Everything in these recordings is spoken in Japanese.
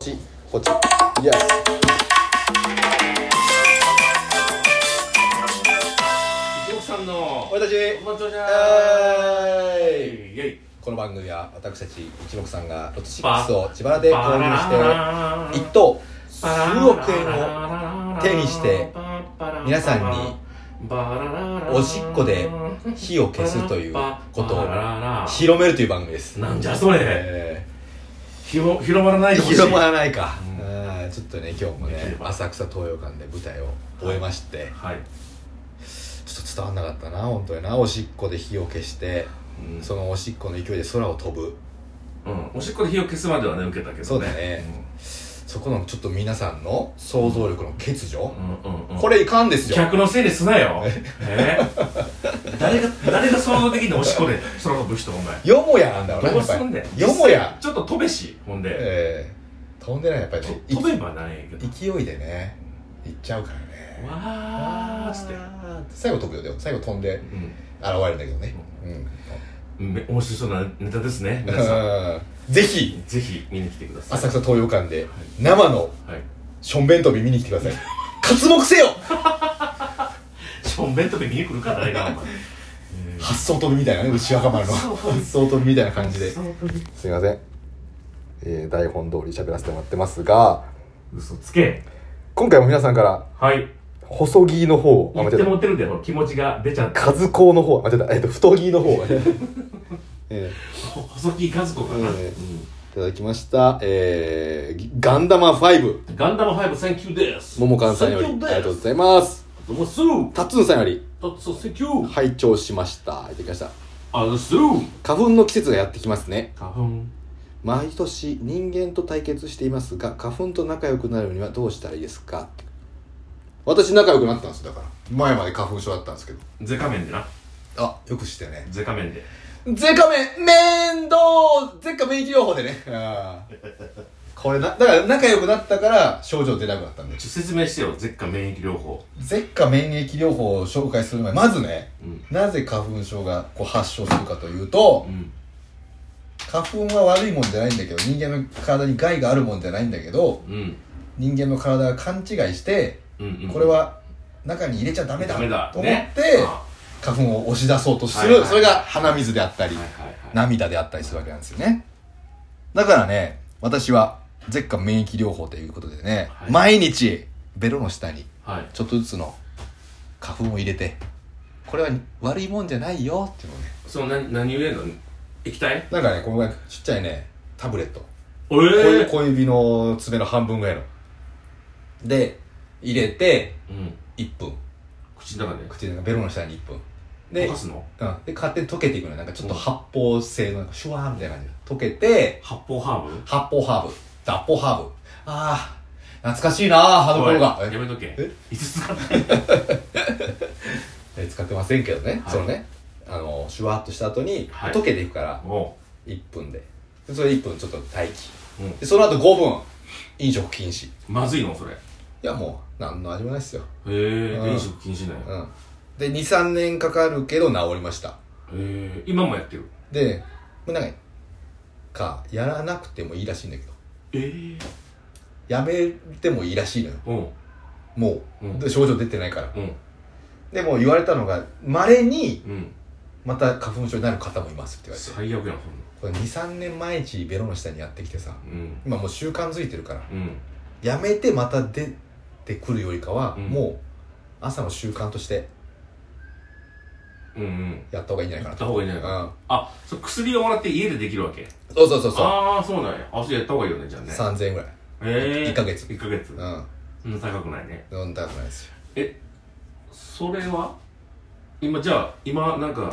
ちこっち Yes 一目さんの俺たちお待ちどおはさーいイエイこの番組は私たち一目さんがロトバ6を自腹で購入して一等数億円をを手にして皆さんにおしっこで火を消すということを広めるという番組ですなんじゃそれえ広 広まらないーでほしい広まらないか、うんあーちょっとね今日もできれねば浅草東洋館で舞台を終えまして、はいちょっと伝わんなかったな本当になおしっこで火を消してうんそのおしっこの勢いで空を飛ぶうんおしっこで火を消すまではね受けたけどそうだねそこのちょっと皆さんの想像力の欠如、うんうんうんこれいかんですよ客のせいにす なよえー誰が誰が想像的におしっこで空飛ぶ人お前よもやなんだろうなどやうっぱすんだよりよもやちょっと飛べしほんでええ飛んでないやっぱりとねい飛べばないけど勢いでね行っちゃうからねわーっつって最後飛ぶよでも最後飛んでう現れるんだけどねうんんめ面白そうなネタですね皆さんうんぜひぜひ見に来てください浅草東洋館で生のはいしょんべん飛び見に来てくだ さい活目せよしょんべんとび見に来るか誰がお前発想飛びみたいなね牛若丸のそう発想飛びみたいな感じでそうすいません、えー台本通り喋らせてもらってますが嘘つけ今回も皆さんからはい細着の方あ間言っ違えてた持ってるんだよ気持ちが出ちゃった数高の方あ間違えたえっと太着の方 えほ細木和子かな、えーいただきましたえー、ガンダマ5うんガンダム5センキューですももかんさんよりあセンりキュがーとうごですざいますどうもすータッツンさんよりたっそうセンキュー拝聴しましたいただきましたあのすー花粉の季節がやってきますね花粉毎年人間と対決していますが花粉と仲良くなるにはどうしたらいいですか私仲良くなったんですよだから前まで花粉症だったんですけどゼカメンでなあよく知ってねゼカメンでゼカメン面倒ゼカ免疫療法でねあーこれなだから仲良くなったから症状出なくなったんでちょ説明してよゼッカ免疫療法ゼッカ免疫療法を紹介する前まずねうんなぜ花粉症がこう発症するかというとうん花粉は悪いもんじゃないんだけど人間の体に害があるもんじゃないんだけどうん人間の体が勘違いしてうんうんこれは中に入れちゃダメだダメだと思って、ねあ花粉を押し出そうとすはいる、はいはいそれが鼻水であったり、はいはいはい涙であったりするわけなんですよねだからね私は舌下免疫療法ということでね、はい毎日ベロの下にはいちょっとずつの花粉を入れてこれは悪いもんじゃないよっていうのをねその何何入れんの液体なんかねこのぐらいのちっちゃいねタブレットお小え指ー小指の爪の半分ぐらいので入れてうん1分口の中で口の中ベロの下に1分で溶かすのうん、で勝手に溶けていくのよなんかちょっと発泡性のなんかシュワーみたいな感じで溶けて発泡ハーブ発泡ハーブ脱泡ハーブああ懐かしいなああの頃がおいやえめとけえいつ使ってえ使ってませんけどね、はいそのねあのシュワーっとした後にはい溶けていくからも1分ででそれ1分ちょっと待機う、うん、でその後5分飲食禁止いまずいのそれへやもう何の味もないっすよ、えうん飲食禁止なんやへうん、で23年かかるけど治りましたえ今もやってるでもうなんかかやらなくてもいいらしいんだけどええやめてもいいらしいのようんもう、うんで症状出てないからうんでも言われたのがまれにうんまた花粉症になる方もいますって言われて最悪やんそんなこれ23年毎日ベロの下にやってきてさうん今もう習慣づいてるからうんやめてまた出てくるよりかは、うんもう朝の習慣としてうんうんやった方がいいんじゃないやかなった方がいいんじゃないかなと、あそう薬をもらって家でできるわけうん、そうそうそうそうああそうなんやあそれやった方がいいよねじゃあね3000円ぐらいええ一ヶ月1ヶ月そんな高くないねうん飲んだくないですよえそれは今じゃあ今なんか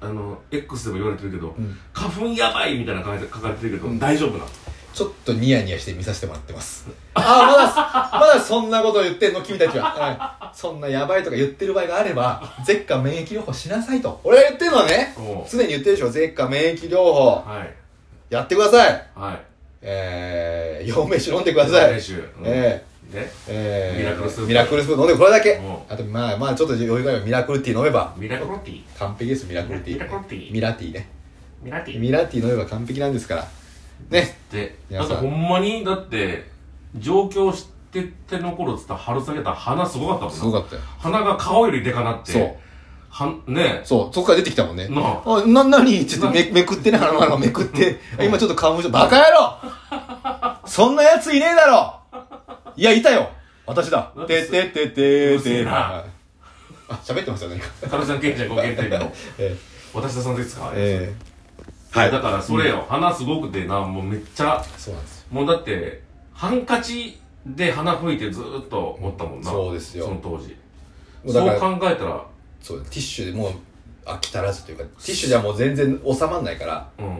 あの X でも言われてるけど、ん花粉やばいみたいな感じで書かれてるけど、うん大丈夫なのちょっとニヤニヤして見させてもらってます。ああ、まだ、まだそんなこと言ってんの、君たちは。はい、そんなやばいとか言ってる場合があれば、舌下免疫療法しなさいと。俺が言ってるのはね、おう常に言ってるでしょ、舌下免疫療法。はいやってください。はいえー、陽明酒飲んでください。来週、うんえでー、えー、ミラクルスープミラクルスープ飲んでこれだけう。あと、まあまあ、ちょっと余裕があればミラクルティー飲めば、ミラクロティ完璧です、ミラクルティー。ミラクルティーミラティーね。ミラティミラティー飲めば完璧なんですから。ねで皆だっさてんほんまにだって上京してっての頃っつったら春下げた花すごかったもんなすごかったよ鼻が顔よりでかなってそうはんねそうそこから出てきたもんねえなああな、なにちょっとめめくってね、花がめくって。今ちょっと顔むしバカ野郎そんなやついねえだろいや、いたよ私だだってててててうるせてえなはいあ、喋ってますよ、何か。春さん賢者ご検定 のえ私田さんですかー、えーはい、だからそれよ、花すごくてなもうめっちゃそうなんですよ。もうだってハンカチで花吹いてずーっと持ったもんなそうですよその当時もうだからそう考えたらそう、ティッシュでもう飽き足らずというか、ティッシュじゃもう全然収まんないから、うん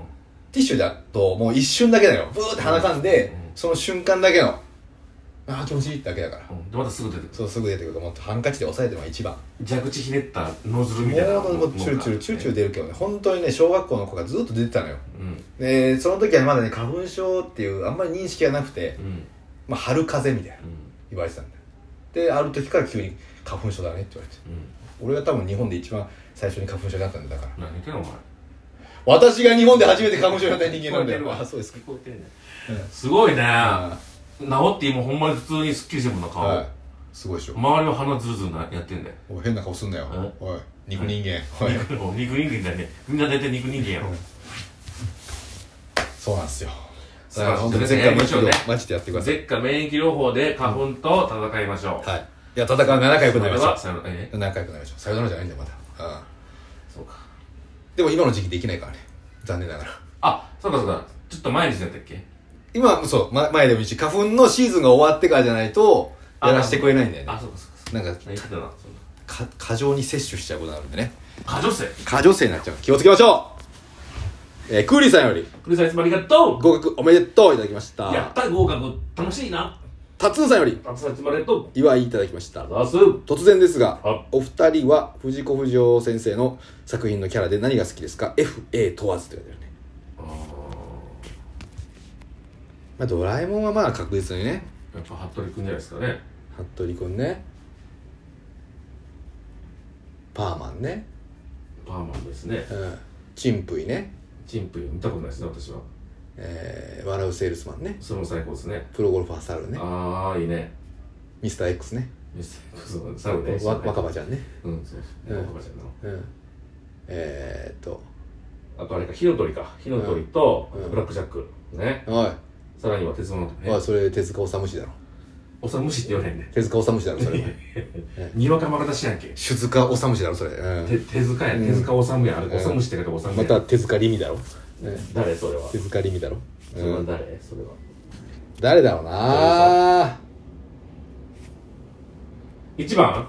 ティッシュだともう一瞬だけだよ。ブーって鼻かんで、うんその瞬間だけの、あー気持ちいいだけだから。うんでまたすぐ出てくそう、すぐ出てくると思って、ハンカチで押さえても一番。る蛇口ひねったノズルみたいなもうもうチュルチュルチュルチュル出るけどね本当にね小学校の子がずっと出てたのようんでその時はまだね花粉症っていうあんまり認識がなくて、うんまあ、春風邪みたいなうん言われてたんだよである時から急に花粉症だねって言われてうん俺が多分日本で一番最初に花粉症になったんだだから何言ってんのお前私が日本で初めて花粉症になった人間なんだ聞こえてるよわあそうですか聞こえてるねうんすごいねあ治って今ほんまに普通にスッキリしてるもんなあ顔、はいすごいでしょ周りは鼻ズルズルなやってんだよおい変な顔すんなようんおい肉人間おい肉肉人間だねみんな大体肉人間やろ、うんそうなんですよ素だから晴らしい本当にですね前回もやりま一しょう度ねマジでやってください舌下免疫療法で花粉と戦いましょう、はいいや戦う仲良くなりましょうそれはさよならえ仲良くなりましょうさよならじゃないんだよまだ、うん、そうかでも今の時期できないからね残念ながらあそうかそうかちょっと前にしてたっけ今そう、ま、前でもいいし花粉のシーズンが終わってからじゃないとあやらしてくれないんだよねあそうかそうかそうなんかか言ってたなそんなか過剰に摂取しちゃうことがあるんでね過剰性過剰性になっちゃう気をつけましょう、えー、クーリーさんよりクリさんいつもありがと合格おめでとういただきましうやたった合格楽しいなタツンさんよりあつさんいつもありがとう祝いいただきましたあざーす突然ですがあお二人は藤子不二雄先生の作品のキャラで何が好きですか FA 問わずということでね、あまあ、ドラえもんはまあ確実にねーやっぱ服部くんじゃないですかね服部君ねパーマンね、パーマンですねうん、チンプイね、チンプイ見たことないですね私はえー、笑うセールスマンねそれも最高ですねプロゴルファーサルねああいいねミスター X ねミステリー最後ねわ若葉ちゃんね、うんそうそううん若葉ちゃんのうん、えー、っとあとあれか火の鳥か火の鳥とうんブラックジャックねおい、さらには鉄腕のねおいそれ手塚治虫だろおさむしって言わないんで手塚治虫だろそ れはにわかまだしやんけ手塚治虫だろそれ、う手ん、手塚やうん手塚治虫やあうんれおさむしって方おさむまた手塚りみだろ、うん、誰それは手塚りみだろ、それうはん、誰それは誰だろうな一番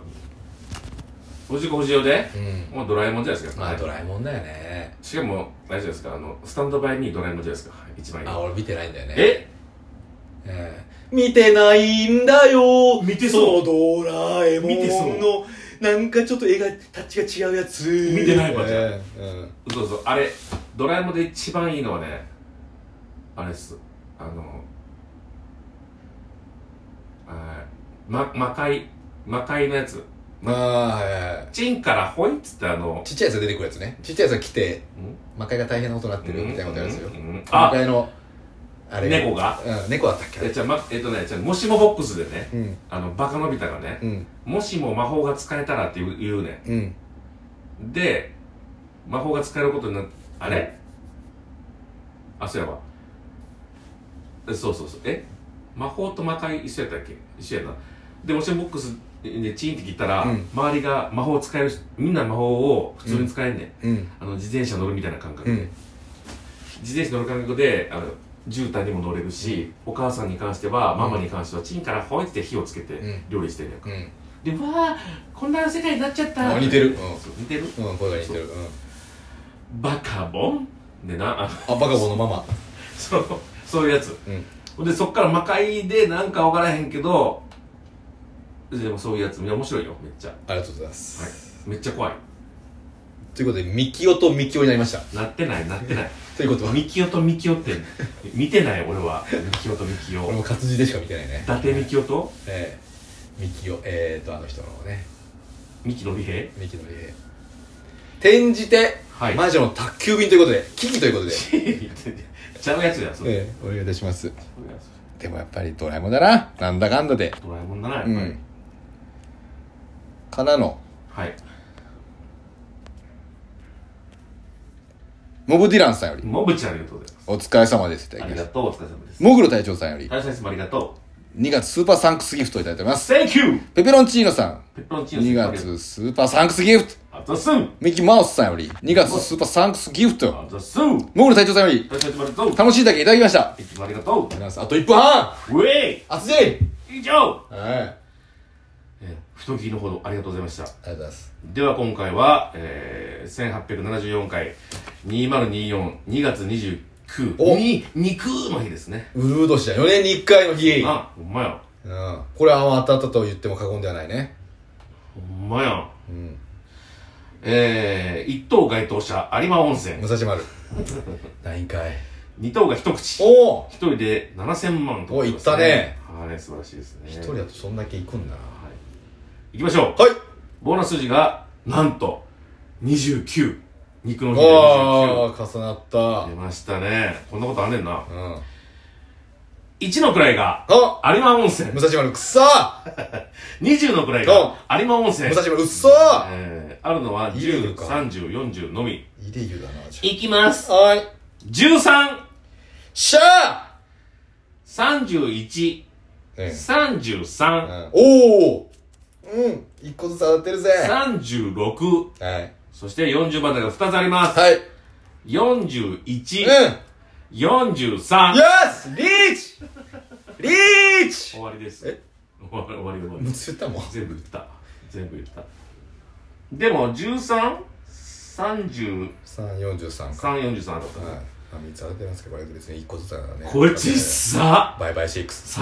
藤子不二雄でうんもうドラえもんじゃないですかまあドラえもんだよねしかもあれじゃないですかあのスタンドバイにドラえもんじゃないですか一番いいあ俺見てないんだよねえ見てないんだよ見てそうドラえも見てんのそなんかちょっと絵がタッチが違うやつ見てないわじゃあええうんそうそうあれドラえもんで一番いいのはねあれっすあのあーま魔界魔界のやつまあはいはいはいチンからほいっつってあのちっちゃいやつが出てくるやつねちっちゃいやつが来てん魔界が大変なことになってるみたいなことやるんですようんうん魔あ界のあれ猫がうん猫だったっけあえれじゃあ、ま、えっとねじゃあもしもボックスでねうんあのバカのび太がねうんもしも魔法が使えたらって言う言うねうんんで魔法が使えることになっあれあそうやわえそうそうそうえ魔法と魔界一緒やったっけ一緒やなでもしもボックスでチンって切ったら、うん周りが魔法使える人みんな魔法を普通に使えんねん、うんあの自転車乗るみたいな感覚うで、ん自転車乗る感覚であの絨毯にも乗れるし、お母さんに関してはママに関してはチンからほいって火をつけてうん料理してるやんか、うんでわあこんな世界になっちゃったあ似てるうんそう似てるうん声が似てるうんバカボンでなあの あバカボンのママそうそういうやつうんでそっから魔界でなんか分からへんけどでもそういうやついや面白いよめっちゃ、はありがとうございますい、めっちゃ怖いということでミキオとミキオになりましたなってない なってないということはミキオとミキオって見てない俺はミキオとミキオこれも活字でしか見てないね伊達ミキオとええミキオえー、とあの人のねミキのりへミキのりえ転じて、はい魔女の宅急便ということで危機ということでいちちゃうやつだそれ、ええお願いいたしますそういうやつでもやっぱりドラえもんだななんだかんだでドラえもんだなやっぱうり、んからのはいモブディランさんよりモブちゃんありがとうございまお疲れ様ですいたすだあきりまがしたとうお疲れ様ですモグロ隊長さんより大佐様ありがと2月スーパーサンクスギフトをいただいておりまうす Thank you ペペロンチーノさんペッロンチー2ノ月スーパーサンクスギフトあざすんミッキーマウスさんより2月スーパーサンクスギフトあざすんモグロ隊長さんより大佐様ありがとう楽しいだけいただきましたいつもありがと皆さんあと1分半うウェイ熱い以上はいあえー太切りのほどありがとうございましたりがとうございますでは今回は、えー、1874回20242月お29に肉の日ですねウルー年だ4年に1回の日あほんまやうんこれは当たったと言っても過言ではないねほんまやうんえー、一等該当者有馬温泉武蔵 丸何回二等が一口おお一人で7000万とおいったねはい素晴らしいですね一人だとそんだけ行くんだなはい行きましょうはいボーナス数字がなんと29肉の日で29ああ重なった出ましたねこんなことあんねんなうん1の位があ有馬温泉武蔵丸くっそー20の位が有馬温泉武蔵丸うっそーえーあるのは入れる10、か30、40のみ。イデユだなじいきます。ゃあはい13、しゃ31、ー、ねう33、ん、おおうん一個ずつ当たってるぜ36、はいそして40番台が2つあります。はいうん41、43。よしリーチリーチ終わりです。え終わり終わり終わむり。つ言ったもん全部言った。全部言った。でも、13、33、 343かは43だったいね。まあ3つ当たってますけどこれ別に一個ずつだからねこれちっさバイバイシックスさ